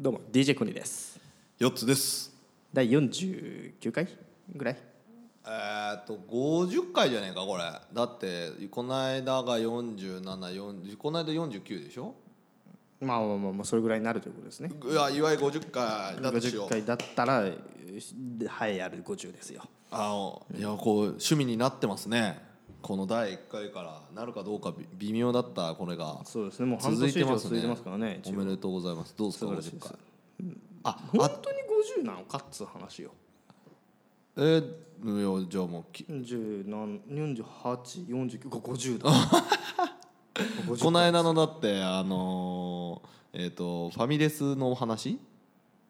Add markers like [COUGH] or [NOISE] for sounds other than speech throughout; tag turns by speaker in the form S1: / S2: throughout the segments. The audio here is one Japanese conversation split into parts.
S1: どうも DJ コニーです
S2: 四つです。
S1: 第49回ぐらい
S2: えーっと50回じゃねえかこれだってこの間が4740この間49でしょ
S1: まあまあまあまあそれぐらいになるということですね
S2: いやいわゆる50回だとしよ
S1: 50
S2: う
S1: 回だったらえー栄えある50ですよ
S2: あのいやこう趣味になってますねこの第1回からなるかどうかび微妙だったこれが
S1: そうですねもう半
S2: 続
S1: 年以
S2: いて
S1: 上
S2: ます
S1: 続
S2: ね
S1: いてますからね
S2: おめでとうございますどうですか
S1: 素晴らしい
S2: 50
S1: です
S2: 回あ
S1: 本
S2: あ
S1: 当に50なのかっつう話よ
S2: えー、いやじゃあもうき
S1: [LAUGHS] 47484950だ50
S2: この間のだってあのーえっ、とファミレスのお話、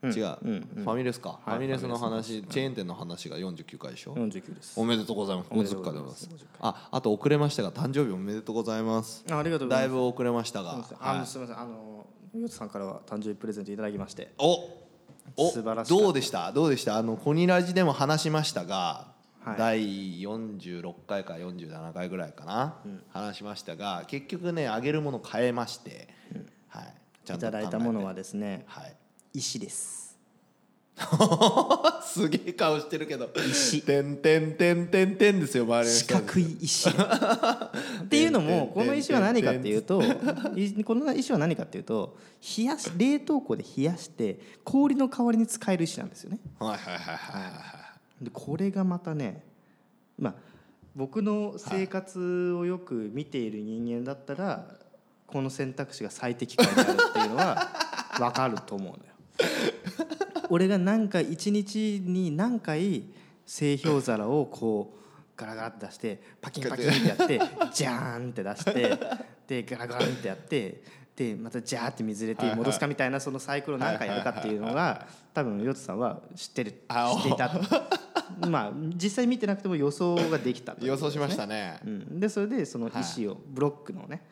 S2: 違う、ファミレスか、
S1: はい
S2: ファミレスの話チェーン店の話が49回でしょ、
S1: 49です
S2: おめでとうございます
S1: めでとう
S2: 50
S1: ご
S2: 回
S1: ざい
S2: で
S1: ま
S2: ございますすああと遅れましたが誕生日おめでとうございます
S1: あありがとうござ
S2: だ
S1: い
S2: い
S1: ます
S2: ぶ遅れましたが、
S1: あ
S2: はい
S1: のすみませんあのヨトさんからは誕生日プレゼントいただきまして
S2: おお
S1: 素晴らしかった
S2: どうでしたどうでしたあのコニラジでも話しましたが、
S1: はい
S2: 第46回か47回ぐらいかな、話しましたが結局ねあげるもの変えまして、はいち
S1: いただいたもの
S2: は
S1: はですね
S2: はい [LAUGHS]
S1: 石です
S2: すげえ顔してるけど
S1: 石
S2: てんてんてんてんてんですよ周りの
S1: 四
S2: 人
S1: 角い石 [LAUGHS] っていうのもこの石は何かっていうといこの石は何かっていうと冷やし冷凍庫で冷やして氷の代わりに使える石なんですよね
S2: はいはいはいはいはい
S1: でこれがまたねまあ僕の生活をよく見ている人間だったら、この選択肢が最適解であるっていうのは分かると思うのよ。俺が何回一日に何回製氷皿をこうガラガラって出してパキンパキンってやってジャーンって出してでガラガランってやってでまたジャーって水入れて戻すかみたいなそのサイクルを何回やるかっていうのが多分ヨッツさんは知ってる
S2: あ
S1: 知っていた [LAUGHS] まあ実際見てなくても予想ができたという
S2: 予想しましたね
S1: うん、でそれでその石を、ブロックのね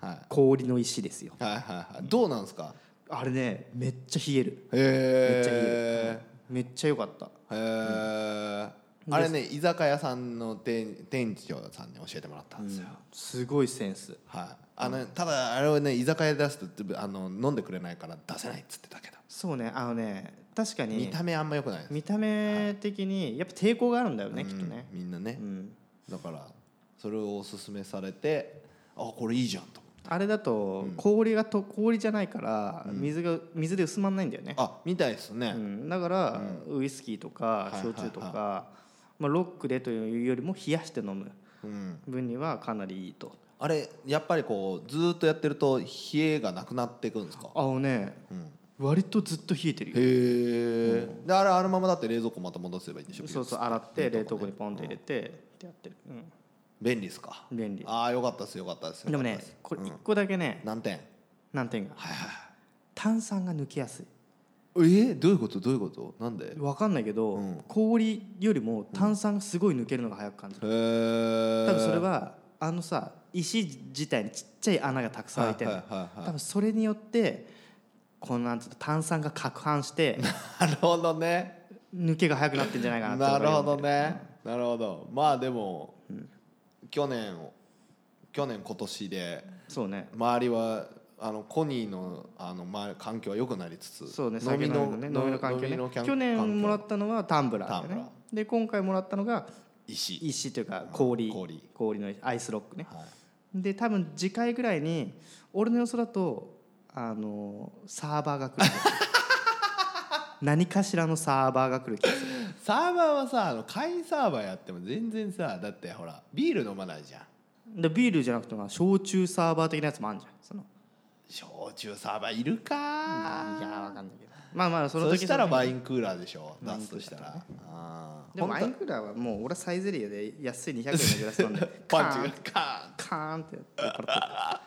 S2: はい
S1: 氷の石ですよ
S2: はいはいはいどうなんですか
S1: あれねめっちゃ冷えるめっちゃ冷
S2: へ
S1: えるめっちゃ良かった
S2: えへえあれね居酒屋さんの店店長さんに教えてもらったんですよ、
S1: すごいセンス
S2: はいあのただあれをね居酒屋で出すとあの飲んでくれないから出せないっつってたけど
S1: そうねあのね確かに
S2: 見た目あんまよくないです
S1: 見た目的にやっぱ抵抗があるんだよね、きっとね
S2: みんなね
S1: うん
S2: だからそれをおすすめされてあこれいいじゃんと
S1: あれだと氷がと氷じゃないから水が水で薄まんないんだよね、
S2: あみたいですね、
S1: うん、だからウイスキーとか
S2: はいはいはい
S1: 焼酎とかまあロックでというよりも冷やして飲む
S2: うん
S1: 分にはかなりいいと
S2: あれやっぱりこうずーっとやってると冷えがなくなっていくんですか
S1: あのね、割とずっと冷えてるよ
S2: へえ、であれあるままだって冷蔵庫また戻せばいいんでしょ
S1: そうそう洗って冷凍庫にポンと入れてってやってる、
S2: 便利ですか
S1: うん、便利
S2: ああよかったですよかったですよ
S1: でも
S2: よ
S1: ね
S2: かったす
S1: これ一個だけね、
S2: 何点
S1: 難点が
S2: はいはい
S1: 炭酸が抜けやすい
S2: はいえー、どういうことどういうことなんでへ
S1: わかんないけど、
S2: うん
S1: 氷よりも炭酸がすごい抜けるのが早く感じる、
S2: え
S1: 多分それはあのさ石自体にちっちゃい穴がたくさん開いてる、
S2: はいはいはい
S1: 多分それによってこのなんつうの炭酸が攪拌
S2: [LAUGHS]
S1: して
S2: なるほどね
S1: 抜けが早くなってんじゃないかなって
S2: なる
S1: 俺
S2: ほ
S1: は
S2: どねなるほどまあでも、去年去年今年で
S1: そうね
S2: 周りはあのコニーのあの周り環境は良くなりつつ
S1: そうね
S2: 飲み
S1: 酒
S2: の
S1: 飲みのね飲みの環境
S2: 飲
S1: ね
S2: みの環境
S1: 去年もらったのはタンブラーだよ
S2: タンブ
S1: ね
S2: ラ
S1: で今回もらったのが
S2: 石、
S1: 石というか氷
S2: 氷
S1: 氷のアイスロックね
S2: はい、
S1: で多分次回ぐらいに俺の予想だとあのサーバーが来る
S2: [LAUGHS]
S1: 何かしらのサーバーが来る気がする
S2: サーバーはさあの会員サーバーやっても全然さだってほらビール飲まないじゃん
S1: でビールじゃなくても焼酎サーバー的なやつもあるんじゃんその
S2: 焼酎サーバーいる
S1: い
S2: か
S1: やわかんないけどまあまあそ
S2: そ
S1: の時
S2: したら
S1: その
S2: ワ
S1: 時
S2: インクーラーでしょ
S1: ワイ
S2: 出
S1: ン
S2: す
S1: クー
S2: と
S1: ラー
S2: したらあー
S1: でも
S2: 本
S1: ワ
S2: 当
S1: インクーラーはもう俺はサイゼリヤで安い200円のグラスなんで
S2: [LAUGHS] パンチ
S1: カ
S2: が
S1: ーン
S2: カ
S1: カーンってやって酔っ払っ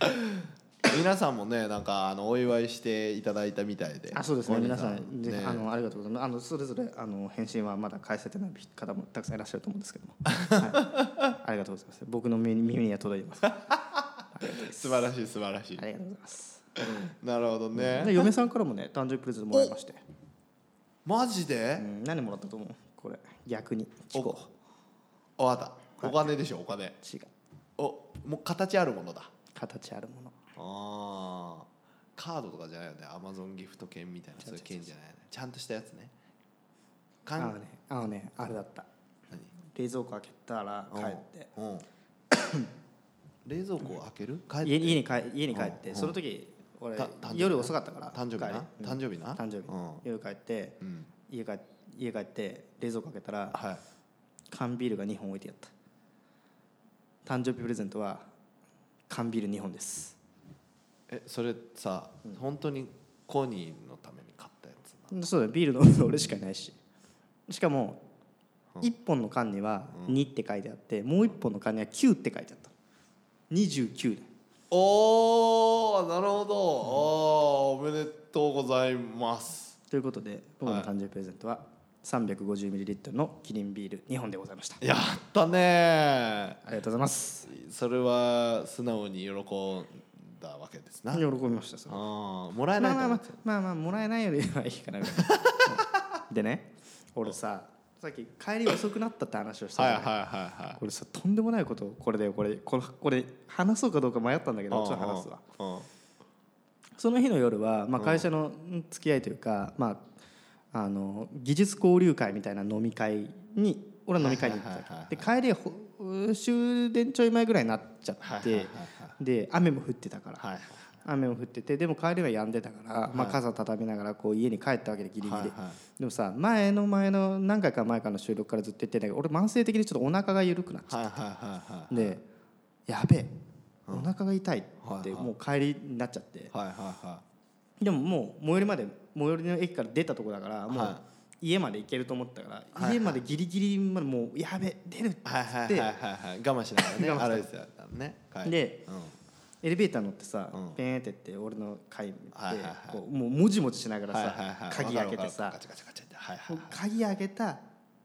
S1: て
S2: ーン皆さんもねなんかあのお祝いしていただいたみたいで
S1: あそうですね
S2: 小
S1: 皆
S2: 西
S1: さん、ぜひ
S2: ね
S1: あのありがとうございますあのそれぞれあの返信はまだ返せてない方もたくさんいらっしゃると思うんですけども、
S2: [LAUGHS]
S1: はい、ありがとうございます僕の耳耳には届いてますあ
S2: 素晴らしい素晴らしい
S1: りがとうございます
S2: なるほど
S1: で
S2: ね
S1: 嫁さんからもね誕生日プレゼントもらいまして、
S2: マジで
S1: うん、何もらったと思うこれ逆に聞こ
S2: おわかったお金でしょお金
S1: う違う
S2: おもう形あるものだ
S1: 形あるもの
S2: あーカードとかじゃないよねアマゾンギフト券みたいなそういう券じゃないよねちゃんとしたやつね
S1: あ
S2: かん
S1: のねあのねあれだった
S2: 何
S1: 冷蔵庫開けたら帰って
S2: うんうん冷蔵庫を開ける帰って
S1: 家に家に帰家に帰っ
S2: う
S1: て
S2: ん
S1: その時俺
S2: た誕生日
S1: 夜遅かったから
S2: 誕生日な
S1: 帰り
S2: 誕生日な
S1: 誕生日
S2: う
S1: 夜帰って
S2: ん、うん、
S1: 家帰家帰って冷蔵庫開けたら
S2: はい
S1: 缶ビールが2本置いてやった誕生日プレゼントは缶ビール2本です
S2: えそれさ、本当にコニーのために買ったやつな
S1: そうだよビール飲むの俺しかいないししかも
S2: うん
S1: 1本の缶には2って書いてあってもう1本の缶には9って書いてあった29だよ
S2: おーなるほど、おーおめでとうございます
S1: ということで僕の誕生日プレゼントは 350ml のキリンビール2本でございました
S2: やったね
S1: ありがとうございます
S2: それは素直に喜んだわけですな、
S1: 喜びましたそれ
S2: あーもらえ
S1: ま
S2: な
S1: あまあまあ
S2: いと思ってた
S1: まあまあもらえないよりはいいか
S2: [LAUGHS]
S1: なうんでね俺ささっき帰り遅くなったって話をした
S2: は
S1: じ
S2: い
S1: ゃ
S2: は
S1: ない
S2: いはいはい
S1: これさとんでもないことこれだよこれこれこれ話そうかどうか迷ったんだけどちょっと話すわ
S2: うんうん
S1: その日の夜は、まあ、会社のん付き合いというか、まあ、あの技術交流会みたいな飲み会に俺は飲み会に行って
S2: はいはい
S1: たで帰りほ終電ちょい前ぐらいになっちゃっ
S2: はいは
S1: て
S2: い
S1: で雨も降ってたから、
S2: はいはい
S1: 雨も降っててでも帰りは止んでたから、まあ、傘畳みながらこう家に帰ったわけでギリギリ、
S2: はいは
S1: でもさ前の前の何回か前かの収録からずっと言ってんだけど俺慢性的にちょっとお腹が緩くなっちゃ
S2: はいはいはいはい
S1: ってでやべえお腹が痛いってもう帰りになっちゃって、
S2: はいはいは
S1: でももう最寄りまで最寄りの駅から出たとこだからもう
S2: は
S1: 家まで行けると思ったから、
S2: はい
S1: 家までギリギリまでもうやべえ出るって
S2: いはいはいはいはい我慢しながらね
S1: 我慢しながら
S2: 歩いてたんだねはい
S1: で
S2: うん
S1: エレベーター乗ってさ、
S2: うん
S1: ペーンってって俺の階に行
S2: は
S1: っ
S2: い
S1: て、
S2: はいはい
S1: こうもうもじもじしながらさ、
S2: はいはいはい
S1: 鍵開けてさ
S2: わかるわかるガチャガチャガチャってはいはいはい
S1: 鍵開けた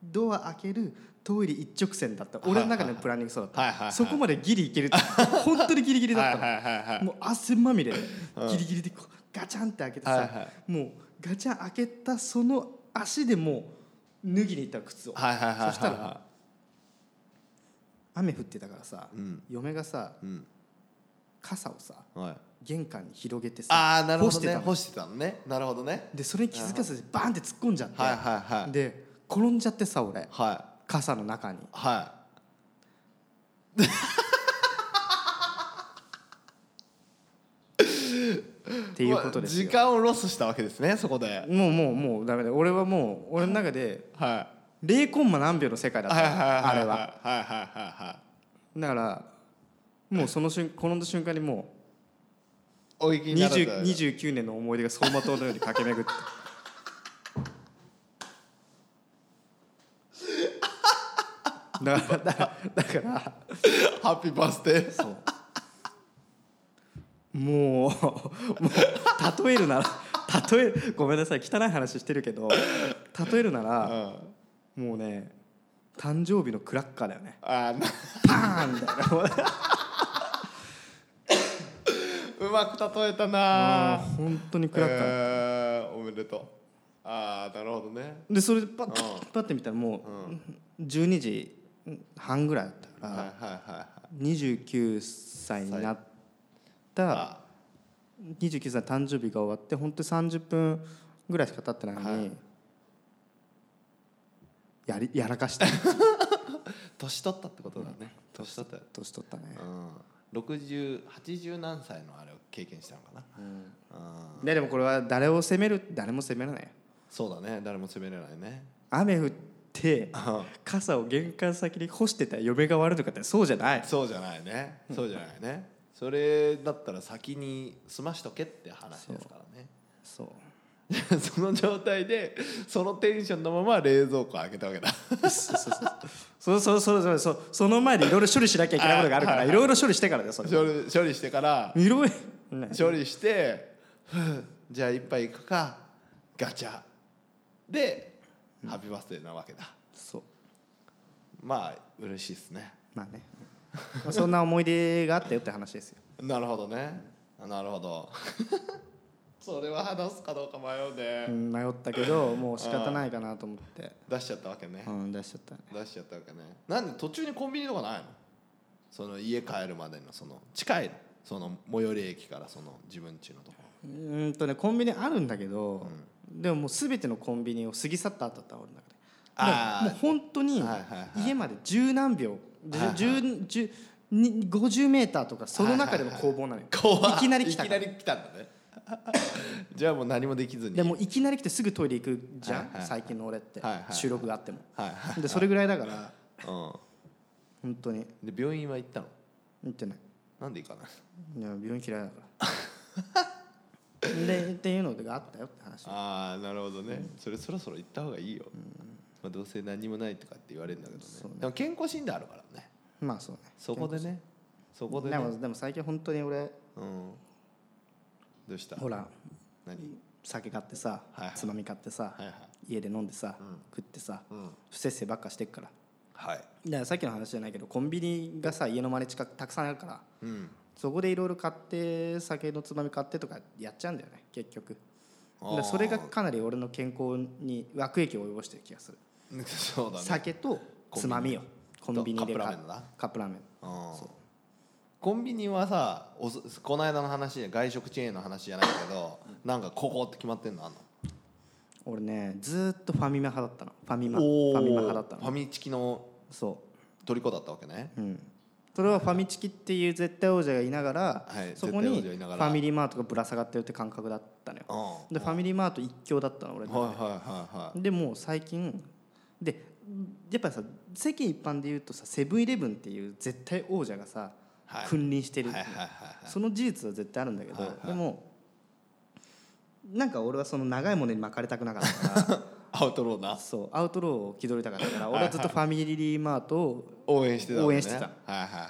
S1: ドア開けるトイレ一直線だった俺の中のプランニングそうだった、
S2: はいはいはい
S1: そこまでギリいけるって
S2: [LAUGHS]
S1: 本当にギリギリだったの、
S2: はいはいはいはい
S1: もう汗まみれでギリギリでこうガチャンって開けてさ、
S2: はいは
S1: もうガチャン開けたその足でもう脱ぎに行ったの靴を、
S2: はいはいはいはい
S1: そしたら雨降ってたからさ、
S2: うん
S1: 嫁がさ
S2: うん
S1: 傘をさ
S2: はい
S1: 玄関に広げて
S2: ああ
S1: さ
S2: なるほど
S1: して
S2: ね
S1: たの
S2: 干してたのねなるほどね
S1: でそれに気づかずにバーンって突っ込んじゃって、
S2: はいはいはい
S1: で転んじゃってさ俺
S2: はい
S1: 傘の中に
S2: は
S1: って
S2: い
S1: いうことです
S2: うわ
S1: よ
S2: 時間をロスしたわけですねそこで
S1: もうもうもうダメだ俺はもう俺の中で
S2: は
S1: 0コンマ何秒の世界だ
S2: い
S1: っ
S2: はいはい
S1: たあ
S2: は
S1: れ
S2: いはいは
S1: はい
S2: はいはい
S1: だからもうその瞬転んだ瞬間にも
S2: お行き
S1: う
S2: になられた
S1: 20 29年の思い出が走馬灯のように駆け巡って [LAUGHS] だからだからだから
S2: ハッピーバースデー
S1: もうもう例えるなら例えごめんなさい汚い話してるけど例えるな
S2: う
S1: ら
S2: ん
S1: もうね誕生日のクラッカーだよね
S2: あーな [LAUGHS]
S1: パーンみたいな
S2: うまく例えたなー
S1: 本当にクラッカー、
S2: えーおめでとうああなるほどね
S1: でそれでパッ
S2: うん
S1: パッて見たらもう12時半ぐらいだった
S2: はい
S1: か
S2: はい
S1: ら
S2: はいはい
S1: 29歳になった29歳の誕生日が終わって本当に30分ぐらいしか経ってないのに、やりやらかした
S2: 年取ったってことだね年取ったよ
S1: 年取ったね、
S2: うん60、80何歳のあれを経験したのかな、うん
S1: ででもこれは誰を責める誰も責めらないよ
S2: そうだね誰も責めれないね
S1: 雨降って傘を玄関先に干してた嫁が悪いとかってそうじゃない
S2: そうじゃないねそうじゃないねそれだったら先に済ましとけって話ですからね
S1: そ
S2: [LAUGHS] その状態でそのテンションのまま冷蔵庫開けたわけだ
S1: うそうそうそうそうそうそうそうその前にいろいろ処理しなきゃいけないことがあるからいろいろ処理してからだよそれ
S2: 処理処理してから
S1: いろいろね
S2: 処理してふうじゃあ一杯行くかガチャでハッピーバースデーなわけだ
S1: そう
S2: まあ嬉しいですね
S1: まあねまあそんな思い出があったよって話ですよ
S2: なるほどねなるほど [LAUGHS] それは話すかどうか迷うね、
S1: うん迷ったけどもう仕方ないかなと思って
S2: 出しちゃったわけね、
S1: うん出しちゃったね
S2: 出しちゃったわけねなんで途中にコンビニとかないのその家帰るまでのその近いのその最寄り駅からその自分家のとこ
S1: うーんとねコンビニあるんだけど、でももう全てのコンビニを過ぎ去った後だった俺の中でも
S2: あー
S1: うもう本当に
S2: はいはいはい
S1: 家まで十何秒
S2: はいはい
S1: 十十に50メーターとかその中での攻防なのよ、
S2: ろ
S1: いきなり来た
S2: いき
S1: か
S2: な
S1: ら
S2: り来たんだね [LAUGHS] じゃあもう何もできずに
S1: でもういきなり来てすぐトイレ行くじゃん、
S2: はいはいはい
S1: 最近の俺って、
S2: はいはいはい
S1: 収録があっても、
S2: はいは
S1: でそれぐらいだから
S2: い、う
S1: 本当に
S2: ん、で病院は行ったの
S1: 見てない
S2: なんで行かない
S1: いや病院嫌いだから
S2: [LAUGHS]
S1: でっていうのがあったよって話
S2: ああなるほどね、それそろそろ行った方がいいよ、まあ、どうせ何もないとかって言われるんだけどねでも健康診断あるからね
S1: まあそうね
S2: そこでねそこで
S1: で
S2: ね
S1: もでも最近本当に俺
S2: うんどうした
S1: ほら
S2: 何
S1: 酒買ってさ、
S2: はいはい
S1: つまみ買ってさ、
S2: はいはい
S1: 家で飲んでさ、食ってさ、
S2: うん
S1: 不摂生ばっかしてっから
S2: はい
S1: だからさっきの話じゃないけどコンビニがさ家の周り近くたくさんあるから
S2: うん [LAUGHS]
S1: そこでいろいろ買って酒のつまみ買ってとかやっちゃうんだよね結局だか
S2: あー
S1: らそれがかなり俺の健康に悪影響を及ぼしてる気がする、
S2: そうだね
S1: 酒とつまみよコンビニで
S2: カ
S1: 買
S2: ップラーメンだな
S1: カップラーメン
S2: うんコンビニはさおすこの間の話で外食チェーンの話じゃないけどなんかここって決まってんのあんの
S1: 俺ねずーっとファミマ派だったのファミマフ
S2: おー
S1: ァミマ派だった
S2: ファ
S1: の
S2: ミチキの
S1: そう
S2: 虜だったわけね
S1: うん、それはファミチキっていう絶対王者がいながら、
S2: はい
S1: そこ
S2: 絶対王
S1: に
S2: 者
S1: フ
S2: がいながら
S1: ァミリーマートがぶら下がってるって感覚だったのよ
S2: うんは
S1: でファミリーマート一強だったの俺
S2: い
S1: の
S2: はい
S1: 中で、
S2: はいはい
S1: でもう最近でやっぱさ世間一般でいうとさセブンイレブンっていう絶対王者がさ、
S2: はい
S1: 君臨してる、
S2: はいはいはい
S1: その事実は絶対あるんだけど、
S2: はいはい
S1: でもなんか俺はその長いものに巻かれたくなかったから
S2: [LAUGHS] アウトローな
S1: そうアウトローを気取りたかったから俺はずっとファミリーマートを
S2: 応援してたのね
S1: 応援してた
S2: はいはいはいは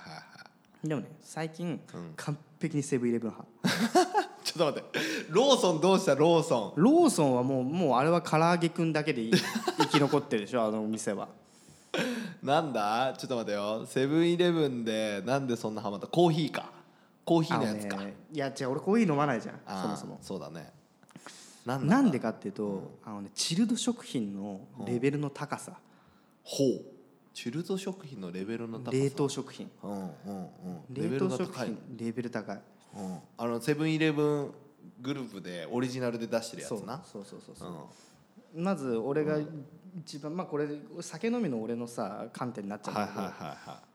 S2: い
S1: でもね最近、完璧にセブンイレブン派
S2: ちょっと待ってローソンどうしたローソ
S1: ローソンはもうもうあれは唐揚げくんだけ
S2: [LAUGHS]
S1: でい生き残ってるでしょあのお店は
S2: ンなんだちょっと待ってよセブンイレブンでなんでそんなハマったコーヒーかコーヒーのやつか、
S1: あのねいや違う俺コーヒー飲まないじゃん
S2: あー
S1: そもそも
S2: そうだねなんだ
S1: なんでかっていうと、あのね、チルド食品のレベルの高さ、
S2: ほうチルド食品のレベルの高さ
S1: 冷凍食品
S2: うんうんうんレベ
S1: 冷
S2: ル
S1: 凍
S2: が
S1: 食
S2: 高い
S1: 品レベル高い
S2: うんあのセブンイレブングループでオリジナルで出してるやつ
S1: そう
S2: な
S1: そうそうそう
S2: う
S1: そうんまず俺が一番、まあこれ酒飲みの俺のさ観点になっちゃうん
S2: はいは
S1: だ
S2: い
S1: けど、
S2: はいは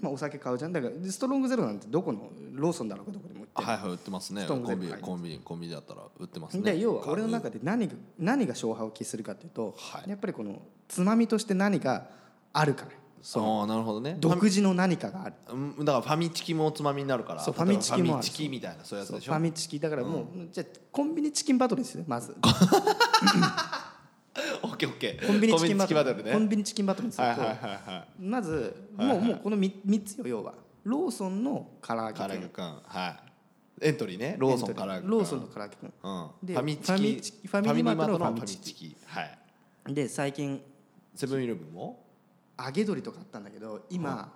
S1: まあ、お酒買うじゃんだからストロングゼロなんてどこのローソンだろうかどこでも売って
S2: い
S1: る
S2: はいはい売ってますね
S1: スト
S2: コ
S1: ーンゼ
S2: ン
S1: ロ
S2: ビニ
S1: 入って
S2: コンビニコンビニだったら売ってますね
S1: で要は俺の中で何が何が勝敗を期するかというと、
S2: はい
S1: やっぱりこのつまみとして何があるかね
S2: あーなるほどね
S1: 独自の何かがある
S2: うんだからファミチキもおつまみになるから
S1: そう
S2: 例えば
S1: ファミチキもある
S2: ファミチキみたいなそういうやつ
S1: そう
S2: で
S1: フ
S2: しょ
S1: ァミチキだからもう、じゃあコンビニチキンバトルですねまず
S2: [LAUGHS] オッケーオッケー
S1: コンビニチキンバトル
S2: コンビニチキンバト
S1: コンビニチキンバトル
S2: ルね
S1: にす
S2: はい
S1: る
S2: はい
S1: と、
S2: はいはい
S1: まず、もうもうこの 3, つよ要はローソンの唐揚げ
S2: 唐揚げ
S1: くん
S2: くんはいエントリーねローソン唐揚げくん
S1: ローソンの唐揚げくん
S2: うん
S1: で
S2: ファミチ
S1: ファミ
S2: キ
S1: チキファミリーマートの
S2: ファミ
S1: ファミ
S2: チ
S1: チ
S2: キはい
S1: で最近
S2: セブンイレブンも
S1: 揚げ鶏とかあったんだけど今、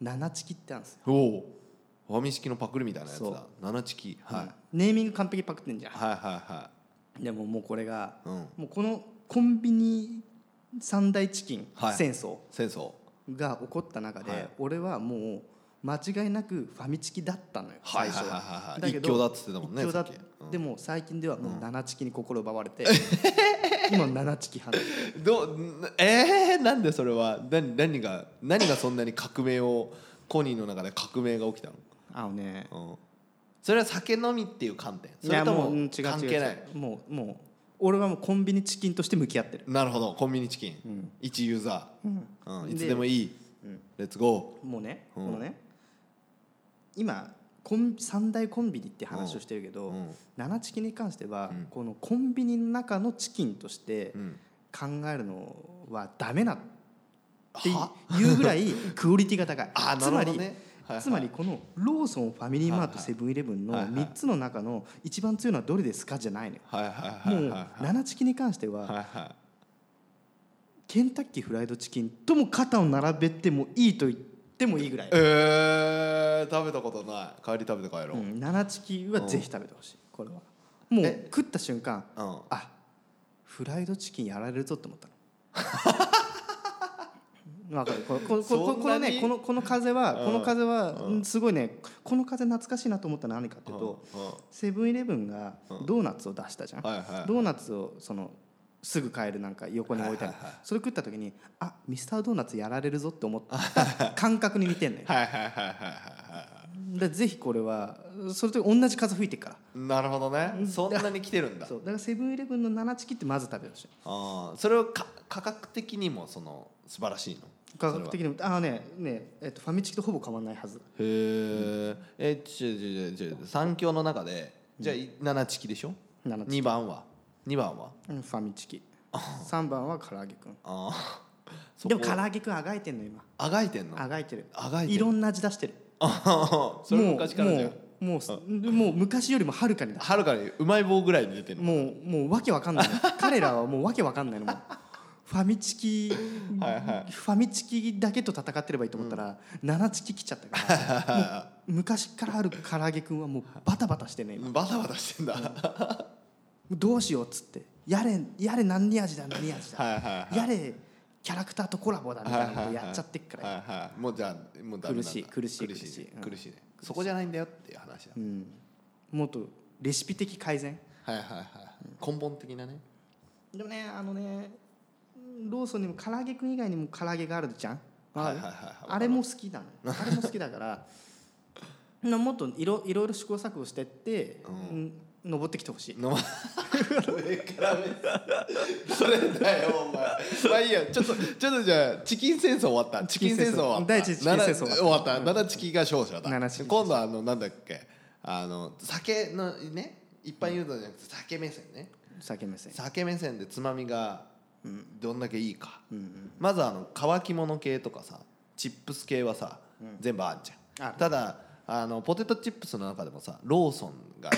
S1: 七チキってあるんですよ、
S2: おおファミチキのパクリみたいなやつ
S1: そ
S2: だ
S1: う
S2: 七チキはい
S1: ネーミング完璧にパクってんじゃん、
S2: はいはいは
S1: でももうこれが、
S2: いうん
S1: もうこのコンビニ三大チキン
S2: はい
S1: 戦争
S2: 戦争
S1: が起こった中で、
S2: はい
S1: 俺はもう間違いなくファミチキだったのよ、
S2: はい
S1: 最初
S2: はいはいはい
S1: だけど
S2: 一強だっつってたもんね
S1: 一強だ
S2: さっきうん
S1: でも最近ではもう七チキに心奪われ
S2: [LAUGHS]
S1: て、今七チキ派なの
S2: どんえー、なんでそれは何何が何がそんなに革命をコニーの中で革命が起きたの
S1: あのね
S2: うんそれは酒飲みっていう観点それとも
S1: うん違う違う
S2: 関係ない
S1: 違うもうもう俺はもうコンビニチキンとして向き合ってる
S2: なるほどコンビニチキン、一ユーザー、うんいつでもいい、レッツゴ
S1: もうね、
S2: うん
S1: このね今コン三大コンビニって話をしてるけ
S2: ー、
S1: ど、
S2: うん
S1: 七チキに関しては、このコンビニの中のチキンとして
S2: うん
S1: 考えるのはダメなってい
S2: は
S1: いうぐらいクオリティが高い
S2: [LAUGHS] あー
S1: つ
S2: な
S1: ま
S2: るほ
S1: り、
S2: どねはいはい
S1: つまりこのローソンファミリーマートセブンイレブンの
S2: はいはい
S1: 3つの中の一番強いのはどれですかじゃないのよ
S2: はいは
S1: も
S2: いはいうはい
S1: 七チキに関しては
S2: はいはい
S1: ケンタッキーフライドチキンとも肩を並べてもいいと言ってもいいぐらい、
S2: えー、食べたことない帰り食べて帰ろ
S1: う
S2: う、
S1: ん、7チキはぜひ食べてほしいこれはもう
S2: え
S1: 食った瞬間
S2: うん [LAUGHS]
S1: あフライドチキンやられるぞって思ったのわかるこのこのこの
S2: そ
S1: こ
S2: ん
S1: の
S2: なに
S1: ねこのこの風は
S2: うん
S1: この風は
S2: うん
S1: うんすごいねこの風懐かしいなと思ったのは何かっていうと
S2: うんうん
S1: セブンイレブンが
S2: うん
S1: ドーナツを出したじゃん
S2: はいはい
S1: ドーナツをそのすぐ買えるなんか横に置いてある
S2: はいはいはい
S1: それ食った時にあミスタードーナツやられるぞって思った感覚に似てんのよ
S2: はいはいはいはいは
S1: でぜひこれはそれと同じ風吹いてるから
S2: いなるほどねそんなに来てるんだ
S1: [LAUGHS] そうだからセブンイレブンの7チキってまず食べるしい
S2: あーそれをか価格的にもその素晴らしいの
S1: 価格的
S2: へ
S1: にもああねね、えっとファミチキとほぼ変わらないはず
S2: ーえちょちょちょちょ三強の中でじゃあい七チキでしょ
S1: 7チ
S2: 二番は二番は
S1: キうんファミチキ3番は唐揚げくん
S2: ああ
S1: でも唐揚げくんあがいてんの今
S2: あがいてんの
S1: あがいてる
S2: あがいてる
S1: いろんな味出してる
S2: あそれ昔からじゃん
S1: もうもうもう昔よりもはるかにだ
S2: はるかにうまい棒ぐらいに出てるの
S1: もうもうわけわかんないの彼らはもうわけわかんないの
S2: [LAUGHS]
S1: もうファミチキ
S2: はいは
S1: ファミチキだけと戦ってればいいと思ったら、7チキ来ちゃったから
S2: [LAUGHS]
S1: もう昔からある唐揚げくんはもうバタバタしてね今
S2: バタバタしてんだは
S1: どうしようっつってやれやれ何味だ何味
S2: い
S1: だ、
S2: はいは
S1: [LAUGHS]
S2: い
S1: やれキャラクターとコラボだみたいなことやっちゃってっから、
S2: はいはい、もうじゃあもうダメ
S1: 苦
S2: なんだ
S1: しい苦しい
S2: 苦しい
S1: 苦し
S2: ね
S1: いうん
S2: 苦しいねそこじゃないんだよっていう話だ、
S1: うん、もっとレシピ的改善
S2: はいはいはい、根本的なね
S1: でもねあのねローソンにも唐揚げくん以外にも唐揚げがあるじゃんわか
S2: はい
S1: る
S2: はいはいはい
S1: あれ
S2: [LAUGHS]
S1: も好 [LAUGHS] きなのあれも好きだからなもっといろいろいろ試行錯誤してって、うん、登ってきてほしい
S2: 飲ま上から目それだよお前まあいいやちょっとちょっとじゃあチキン戦争終わったチキン戦争終わった
S1: 第一次チキン戦争終わった
S2: 終わった七チキが勝者だ
S1: 七チキ
S2: 今度はあのなんだっけあの酒のね一般誘導じゃなくて酒目線ね
S1: 酒目線
S2: 酒目線でつまみがどんだけいいか、
S1: うんうん
S2: まずあの乾き物系とかさチップス系はさ、全部あんじゃ
S1: あ
S2: ん
S1: る
S2: ただあのポテトチップスの中でもさローソンが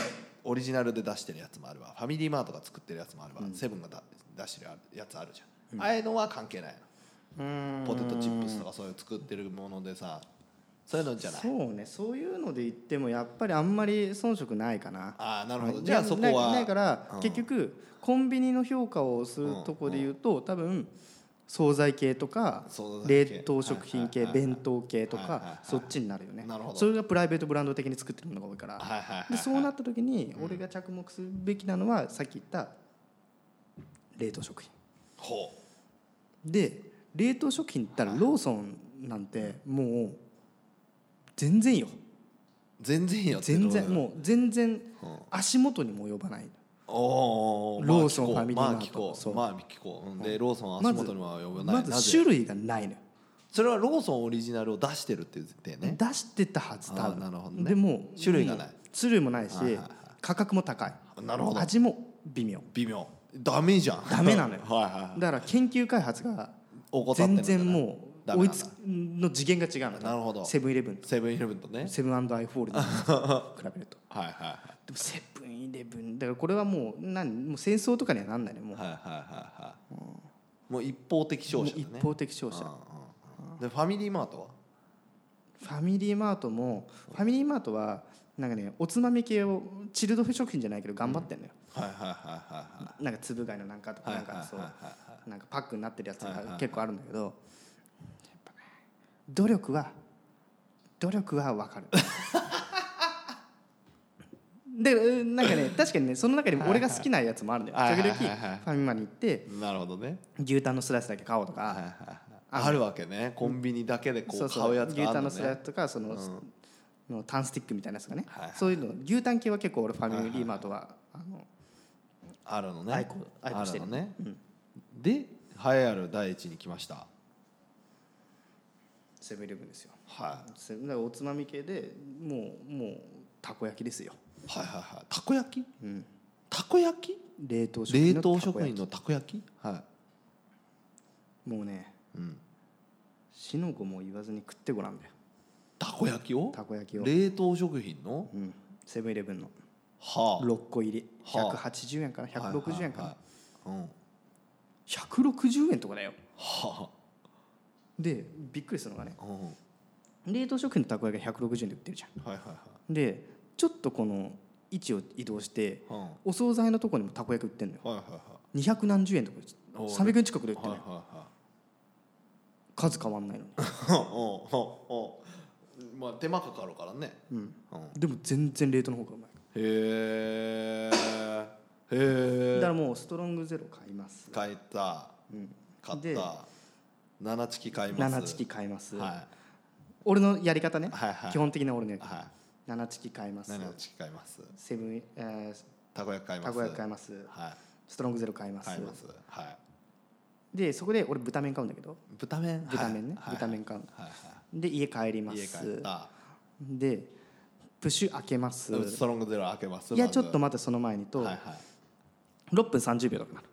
S2: オリジナルで出してるやつもあればファミリーマートが作ってるやつもあれば、セブンがだ出してるやつあるじゃん、ああいうのは関係ないのポテトチップスとかそういう作ってるものでさそういうのじゃない
S1: そうねそういうので言ってもやっぱりあんまり遜色ないかな
S2: ああなるほど、
S1: はい
S2: じゃあそこは
S1: ないないから、
S2: うん
S1: 結局コンビニの評価をするとこで言うと、多分惣菜系とか
S2: 惣
S1: 冷
S2: 菜系
S1: 凍食品系、
S2: はいはいはいはい
S1: 弁当系とか、
S2: はいはいはい
S1: そっちになるよね
S2: なるほど
S1: それがプライベートブランド的に作ってるものが多いから、
S2: はいはいはいはい
S1: でそうなった時に俺が着目すべきなのは、さっき言った冷凍食品
S2: ほ
S1: で冷凍食品って言ったらローソンなんてもう全然よ
S2: う全然よ
S1: 全然
S2: う
S1: もう全然
S2: うん
S1: 足元にも及ばない。
S2: おーおー
S1: ローソンファミリーマート
S2: まあ聞こ
S1: そうう
S2: まあ聞こううんでローソンは
S1: ま
S2: 足
S1: ず
S2: 元には呼ばない
S1: ま
S2: な
S1: ず
S2: ぜ
S1: 種類がないのよ
S2: それはローソンオリジナルを出してるって言ってね
S1: 出してたはず多
S2: あー
S1: 分
S2: なるほどね
S1: でも
S2: 種類がない
S1: うん種類もないし
S2: はいはいはい
S1: 価格も高い
S2: なるほど
S1: 味も微妙
S2: 微妙ダメじゃん
S1: ダメなのよ
S2: [LAUGHS] はいはい
S1: だから研究開発が
S2: 怠ってん
S1: 全然
S2: のじゃない
S1: も
S2: ダ
S1: う
S2: メ
S1: 追
S2: ないんだ
S1: つの次元が違うの
S2: なるほど
S1: セブンイレブン
S2: セブンイレブンとね
S1: セブンアイ・フォールデ
S2: [LAUGHS]
S1: ィ比べると
S2: はいはいはい
S1: でもセブンイレブンだからこれはもう何もう戦争とかにはなんないねもう
S2: はいはいはいはいもう一方的勝
S1: もう
S2: 者だね
S1: 一方的勝者
S2: うんうんうんでファミリーマートは
S1: ファミリーマートもファミリーマートはなんかねおつまみ系をチルド食品じゃないけど頑張ってんのよ
S2: はいはいはいはいはい
S1: なんかつぶ貝のなんかとか
S2: はい
S1: な
S2: は
S1: ん
S2: いはい
S1: かそう
S2: は
S1: なんかパックになってるやつ
S2: はいはいは
S1: が
S2: い
S1: 結構あるんだけどやっぱね努力は努力は分か
S2: [LAUGHS]
S1: るでうんなんかね確かにねその中でも俺が好きなやつもあるんだよ
S2: はいはい
S1: 時
S2: はい
S1: 々ファミマに行って
S2: いなるほどね
S1: 牛タンのスライスだけ買おうと
S2: はいは
S1: か
S2: いはいあるわけねコンビニだけでこ
S1: そうう
S2: 買
S1: そうう
S2: やつ
S1: 牛
S2: があ
S1: タ
S2: る
S1: ン
S2: の
S1: のスライス
S2: ね
S1: とかそののタンスティックみたいなやつとかね
S2: はいはい
S1: そういうの牛タン系は結構俺ファミリーマートはあの
S2: あるのね
S1: 愛好愛好してる
S2: あのねで栄えある第一に来ました
S1: セブンイレブンですよ
S2: は
S1: せだからおつまみ系でもうもうたこ焼きですよ
S2: いはいはいはいたこ焼き
S1: うん
S2: たこ焼
S1: 冷凍
S2: き
S1: 食品の
S2: 冷
S1: たこ
S2: 凍
S1: 焼き
S2: 食品のたこ焼きは
S1: もうね
S2: い、うん、
S1: しのこも言わずに食ってごらんだよ
S2: たこ焼きを
S1: たこ焼きを、
S2: 冷凍食品の
S1: うん、セブンイレブンの
S2: はあ
S1: 6個入り
S2: はあ
S1: 180円かな160円か
S2: は
S1: ない
S2: はいはいうん
S1: 160円とかだよ
S2: は
S1: でびっくりするのがね
S2: あうん
S1: 冷凍食品のたこ焼きが160円で売ってるじゃ
S2: はいはいはい
S1: んでちょっとこの位置を移動して
S2: うん
S1: お惣菜のとこにもたこ焼き売ってんのよ
S2: はいはいはい
S1: 2何十円とか
S2: おー
S1: 300円近くで売って
S2: はい
S1: る
S2: は
S1: の
S2: い
S1: よ
S2: は
S1: 数変わんないのに、
S2: うんうんうんまあ手間かかるからね、
S1: うん、
S2: うん、へ
S1: でも全然冷凍の方がうまい
S2: え
S1: だ
S2: へ
S1: から
S2: え
S1: もうストロングゼロ買います
S2: 買えた
S1: うん
S2: 買っ
S1: で
S2: た七チキ買います
S1: 7チキ買います、
S2: は
S1: 俺のやり方ね
S2: い、はいはい
S1: 基本的な俺のやり方
S2: は
S1: 7チキ買いま
S2: い
S1: す
S2: 七チキ買います
S1: セブン、え
S2: たこ焼き買い
S1: ー、
S2: ます
S1: たこ焼き買います
S2: は
S1: ストロングゼロ買いま
S2: い
S1: す
S2: 買いますはい
S1: でそこで俺豚麺買うんだけど
S2: 豚麺
S1: 豚麺ね、
S2: はい
S1: 豚麺買うの
S2: はいはい
S1: で家帰りま
S2: はい
S1: す
S2: 家帰った
S1: でプッシュ開けます
S2: ストロングゼロ開けます
S1: いやちょっと
S2: 待
S1: 待ってその前にと、
S2: はいはい
S1: 6分30秒とかなの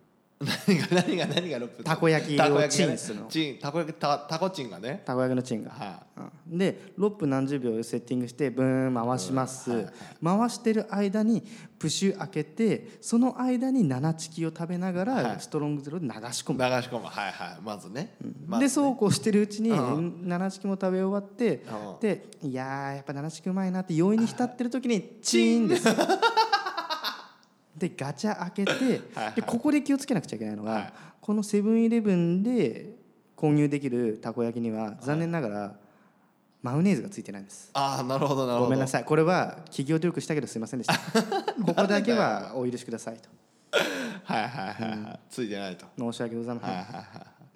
S2: 何が何が何が六分
S1: たこ焼きを
S2: たこ焼きがね
S1: チンするの
S2: チンたこ焼きたたこチンがね
S1: たこ焼きのチンが、
S2: は
S1: うんで6分何十秒セッティングしてブーン回します、
S2: うんはい
S1: 回してる間にプッシュ開けてその間に7チキを食べなが
S2: は
S1: ら
S2: い
S1: ストロングゼロで流し込
S2: 流し
S1: む、
S2: 込むはいはいまずねまずね
S1: でそうこうしてるうちに
S2: うん
S1: 7チキも食べ終わって
S2: うん
S1: でいやーやっぱ7チキうまいなって容易に浸ってる時にチーンですでガチャ開けて
S2: はい
S1: でここで気をつけなくちゃいけないのが、
S2: はい
S1: このセブンイレブンで購入できるたこ焼きには残念ながらマヨネーズがついてないんです。
S2: ああなるほどなるほど
S1: ごめんなさいこれは企業努力したけどすいませんでしたここだけはお許しくださいと
S2: はいはいはいはいついてないと
S1: 申し訳ございません、
S2: はいはいはい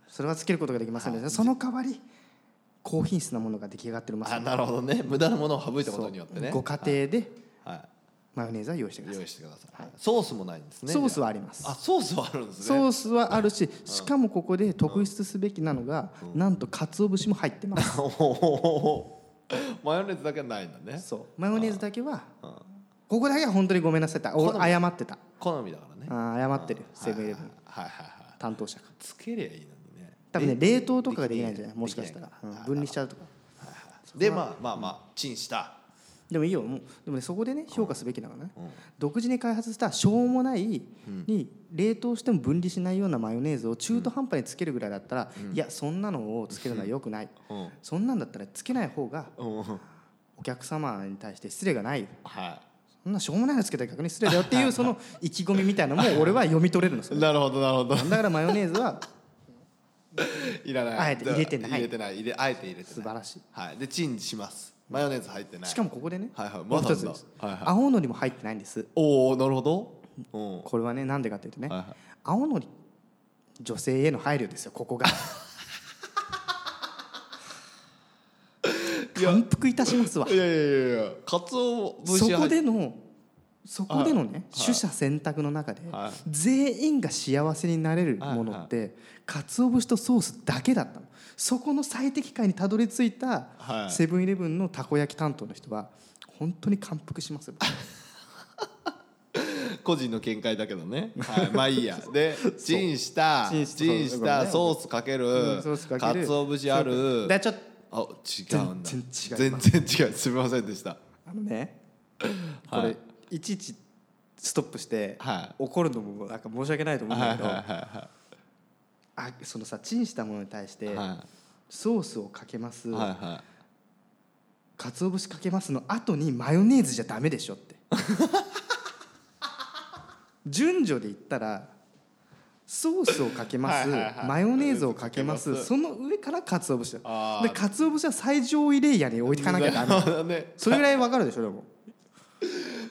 S1: それはつけることができませんでした、その代わり高品質なものが出来上がっております
S2: あ
S1: ので
S2: なるほどね無駄なものを省いたことによってね
S1: ご家庭で
S2: はいは
S1: マヨネーズは用意してくだ
S2: い
S1: さ
S2: 用
S1: い
S2: 意してくださいソースもないんですね
S1: ソース
S2: は
S1: はあります
S2: あソースはあるんですね
S1: ソースはあるししかもここで特筆すべきなのが、なんと鰹節も入ってます
S2: おおマヨネーズだけはないんだ
S1: [LAUGHS]
S2: ね
S1: そうマヨネーズだけは
S2: うん
S1: ここだけは本当にごめんなさいってお
S2: 好み
S1: 謝ってた
S2: 好みだからね
S1: あー謝ってる
S2: は
S1: セ
S2: い
S1: ブンイレブン
S2: はいはいはい
S1: 担当者が
S2: つけりゃいいのにね
S1: 多分ね冷凍とかができないんじゃない
S2: できない
S1: もしかしたら
S2: で、き
S1: う
S2: ない
S1: ん分離しちゃうとか
S2: でまあまあまあチンした
S1: でもいいよもうでもねそこでね評価すべきなのがね
S2: うん
S1: 独自に開発したしょうもないに冷凍しても分離しないようなマヨネーズを中途半端につけるぐらいだったらいやそんなのをつけるのは良くない
S2: うん
S1: そんなんだったらつけない方が
S2: うん
S1: お客様に対して失礼がないよ
S2: は
S1: そんなしょうもないのつけたら逆に失礼だよっていう [LAUGHS] その意気込みみたいなのも俺は読み取れるのそ
S2: い
S1: れ
S2: なるほどなるほど
S1: だからマヨネーズは
S2: いらない
S1: あえて入れてない
S2: 入れてない入れあえて入れて
S1: 素
S2: ない
S1: 晴 [LAUGHS] らしい
S2: はいでチンしますマヨネーズ入ってない
S1: しかもここでね、
S2: はいはい
S1: もう一つ
S2: まだ
S1: です、
S2: あんだはいはい
S1: 青のりも入ってないんです
S2: おおなるほどうん
S1: これはねなんでかっていうとね、
S2: はいはい
S1: 青のり女性への配慮ですよここが感服いたしますわ
S2: いやいやいやいや、カツオ
S1: そ
S2: 節入
S1: こ
S2: っ
S1: でのそこでのね、
S2: はい
S1: 取捨選択の中で、
S2: はい
S1: 全員が幸せになれるものって、鰹節とソースだけだったのそこの最適解にたどり着いた
S2: はい
S1: セブンイレブンのたこ焼き担当の人は本当に感服しますよ
S2: 個人の見解だけ
S1: [LAUGHS]
S2: どね、はい、まあいいやでチンした
S1: チ
S2: チ
S1: ンし
S2: ンしたた
S1: そう
S2: ソースかける
S1: うんソースかける
S2: かつお節あ
S1: だ
S2: る
S1: からちょっと
S2: あ違うんだ
S1: 全然違い
S2: 全
S1: ます
S2: 然違うすみませんでした
S1: あのねこれ、
S2: [LAUGHS] はい
S1: い、ちいちストップして、
S2: はい
S1: 怒るのもなんか申し訳ないと思うん
S2: はい
S1: だ
S2: はい
S1: けど、
S2: は
S1: あそのさチンしたものに対して、
S2: いは
S1: ソースをかけます、
S2: いはいは
S1: 鰹節かけますの後にマヨネーズじゃダメでしょって
S2: [LAUGHS]
S1: 順序で言ったらソースをかけます
S2: はいはいはい
S1: マヨネーズをかけます
S2: かけます
S1: その上から鰹節だ
S2: あ
S1: で
S2: ー
S1: 鰹節は最上位レイヤーに置いていかなきゃ
S2: [LAUGHS]
S1: ダメ
S2: いね
S1: それぐらいわかるでしょでも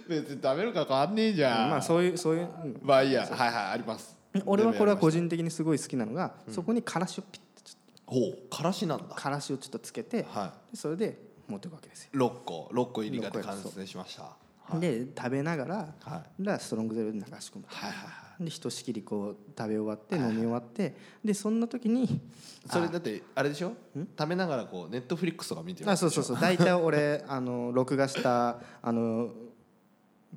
S2: 別に食べるか変わんねえじゃん
S1: まあそういうそういう、うん
S2: まあいいやはいはいあります
S1: 俺はこれは個
S2: 人
S1: 人的にすごい好きなのが、そこにからしをピッてちょっ
S2: ほうからしなん
S1: と
S2: だ
S1: からしをちょっとつけて、
S2: は
S1: でそれで持っていくわけですよ、
S2: い6個6個入りがで
S1: 六個入
S2: 完
S1: りそう
S2: 成しましたはい
S1: で食べながら、
S2: はい
S1: らストロングゼロで流し込む
S2: はいはい
S1: でひとしきりこう食べ終わって飲み終わってでそんな時に
S2: それだってあれでしょ食べながらこうネットフリックスとか見てる
S1: あそうそうそう大体俺あの録画したあの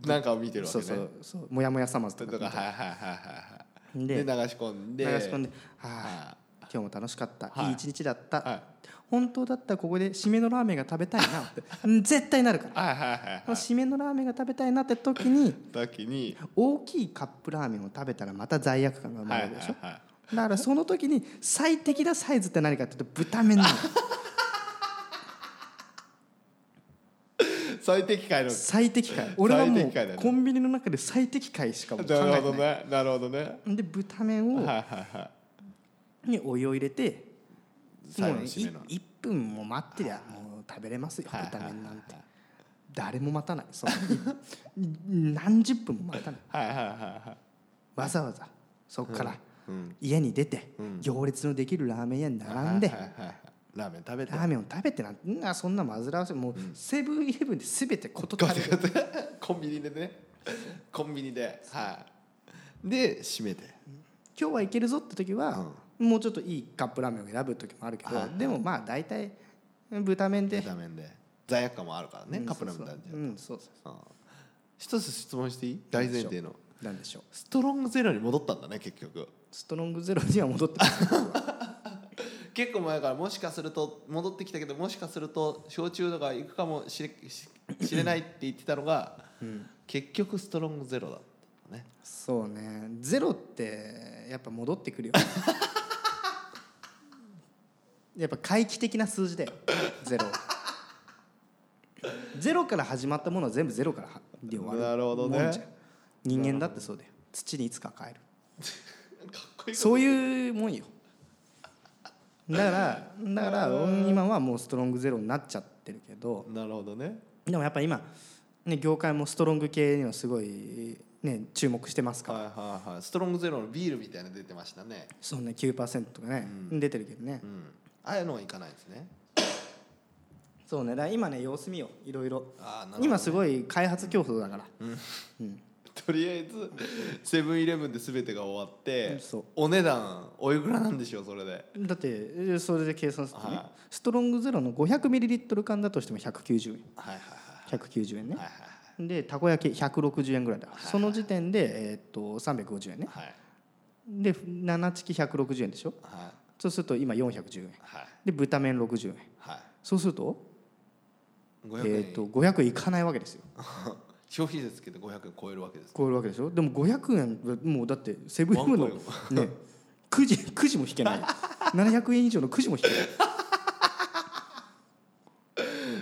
S2: なんかを見てるわ
S1: そう
S2: けね
S1: そうそう「もやもやさまず」
S2: と
S1: と
S2: か
S1: か
S2: はいはいはいはい
S1: で
S2: はいで流し込ん
S1: 流
S2: で
S1: し込んで「ああ
S2: は
S1: 今日も楽しかった、
S2: は
S1: い
S2: い
S1: い一日だった、
S2: いはい
S1: 本当だったらここで締めのラーメンが食べたいな」ってうん絶対なるから。
S2: はいはいはい
S1: こ
S2: は
S1: の
S2: い
S1: 締めのラーメンが食べたいなって時に
S2: 時に
S1: 大きいカップラーメンを食べたらまた罪悪感が生ま
S2: はい
S1: れ
S2: はい
S1: るで
S2: は
S1: しょ、
S2: い
S1: だからその時に最適なサイズって何かって言うと豚麺なの
S2: 最適解の [LAUGHS]
S1: 最適解俺は
S2: 最
S1: もう
S2: 適解だね
S1: コンビニの中で最適解しかもう考えて
S2: な
S1: な
S2: る
S1: い
S2: ほどねなるほどね
S1: で豚麺
S2: はい
S1: を
S2: はいはい
S1: にお湯を入れて
S2: 最後
S1: もう
S2: の締めの
S1: 1分も待ってりゃもう食べれますよ
S2: はい
S1: 豚麺なんて誰も待たないその何十分も待たない
S2: はいはいはいはい
S1: わざわざそこから
S2: うん
S1: 家に出て行列のできるラーメン屋に並んで
S2: はいはいはいはいラーメン食べて
S1: ラーメンを食べてなんてんなそんな煩わしいもうセブンイレブンで全てこと食べる
S2: コンビニでねコンビニではいで締めて
S1: 今日はいけるぞって時は、もうちょっといいカップラーメンを選ぶ時もあるけど、
S2: はいはい
S1: でもまあ大体豚麺で
S2: ラーメンで罪悪感もあるからね
S1: うん
S2: カップラーメンだ
S1: そう
S2: っ
S1: そううんそうそ
S2: 一つ質問していい大前提の
S1: うなんでしょう
S2: ストロングゼロに戻ったんだね結局
S1: ストロングゼロには戻ってます
S2: 結構前からもしかすると戻ってきたけどもしかすると焼酎とか行くかもしれし知れないって言ってたのが、結局ストロングゼロだったね
S1: そうねゼロってやっぱ戻ってくるよ [LAUGHS] やっぱ回帰的な数字だよゼロゼロから始まったものは全部ゼロからはで終わる
S2: なるほどね
S1: もんじゃん人間だってそうだよ土にいつか帰る
S2: かっこいい
S1: そういうもんよだからだから今はもうストロングゼロになっちゃってるけど
S2: なるほどね
S1: でもやっぱ今、ね、業界もストロング系にはすごい、ね、注目してますから、
S2: はいはいはいストロングゼロのビールみたいなの出てましたね
S1: そうね9%とかね、出てるけどね、
S2: うんああいうのはいかないですね
S1: そうねだから今ね様子見よういろいろ
S2: ああなるほどね
S1: 今すごい開発競争だから、
S2: とりあえずセブンイレブンで全てが終わって、
S1: うんそう
S2: お値段おいくらなんでしょうそれで
S1: だってえそれで計算するとね、
S2: はい
S1: ストロングゼロの 500ml 缶だとしても190円
S2: はいはい
S1: 190円ね、
S2: はい
S1: でたこ焼き160円ぐらいだ、その時点で、えーっと350円ね
S2: はいはい
S1: で7チキ160円でしょ
S2: はい
S1: そうすると今410円
S2: はい
S1: で豚麺60円
S2: はい
S1: そうすると,、え
S2: 500円、
S1: ーっと500円いかないわけですよ
S2: 消費税つけて500円超えるわけです
S1: [LAUGHS] 超えるわけでしょでも500円はもうだってセブンイレブンの
S2: ワン
S1: ねくじくじも引けない700円以上のくじも引けない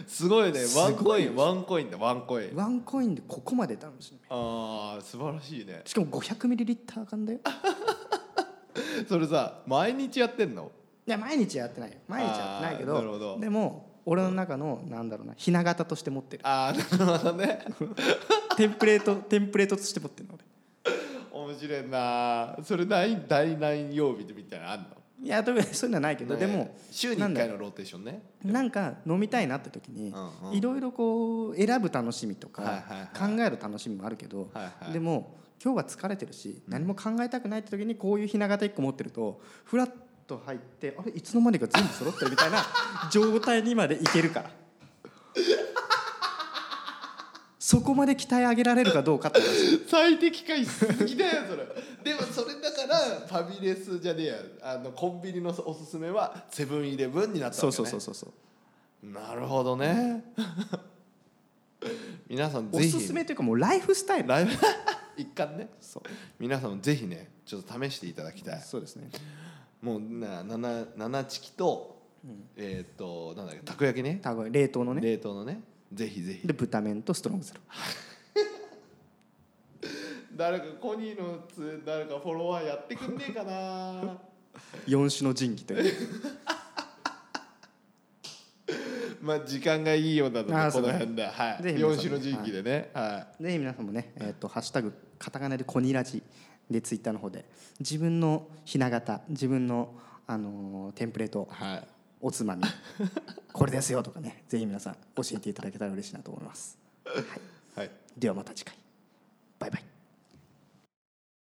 S2: すごいねワン
S1: す
S2: コ
S1: ご
S2: イ
S1: い
S2: ンワンコインだワンコイン
S1: ワンコインでここまで楽しめる
S2: あー素晴らしいね
S1: しかも 500ml 缶だよ
S2: それさ毎日やってんの
S1: いや毎日はやってないよ毎日はやってないけ
S2: あ
S1: ど
S2: ーなるほど
S1: でも俺の中のなんだろうなひな形として持ってる
S2: ああなるほどね
S1: テンプレートテンプレートとして持ってるの俺
S2: 面白いなそれ第第何曜日でみたいなのあんの
S1: いや特にそういうのはないけど、
S2: ね
S1: でも
S2: 週に
S1: な
S2: 1
S1: んだ
S2: 回のローテーションね
S1: なんか飲みたいなって時に
S2: うんうん
S1: いろいろこう選ぶ楽しみとか、
S2: はいはい
S1: 考える楽しみもあるけど、
S2: はいはい
S1: でも今日は疲れてるし何も考えたくないって時にこういうひな形一個持ってるとフラッと入ってあれいつの間にか全部揃ってるみたい [LAUGHS] な状態にまでいけるからそこまで鍛え上げられるかどうかって話
S2: 最適解好きだよそれでもそれだからファミレスじゃねえやあのコンビニのおすすめはセブンイレブンになった
S1: そ
S2: わ
S1: う
S2: け、ね、
S1: そうそうそうそう
S2: なるほどね [LAUGHS] 皆さん
S1: お
S2: ぜひ
S1: すすめというかもうライフスタイル
S2: ライブ [LAUGHS] 一貫ね
S1: そう
S2: 皆さんもぜひねちょっと試していただきたい
S1: そうですね
S2: もうな七七チキと、えーっとなんだっけたこ焼きね
S1: 多分冷凍のね
S2: 冷凍のねぜひぜひ
S1: で豚麺とストロングゼロ
S2: 誰かコニーのつ誰かフォロワーやってくんねえか [LAUGHS] な
S1: 四種の神器という
S2: まあ時間がいいようなので
S1: あー
S2: こ
S1: そう
S2: の
S1: ね
S2: 辺では
S1: ぜ
S2: い
S1: ひ
S2: 四
S1: 皆さん
S2: 種の神器でねは
S1: ぜひ皆さんもね「えー、とハッシュタグカタカナでコニラジ」でツイッターの方で自分のひな形自分の、あのーテンプレート
S2: い、はい
S1: おつまみこれですよとかねぜひ皆さん教えていただけたら嬉しいなと思います
S2: はい
S1: ではまた次回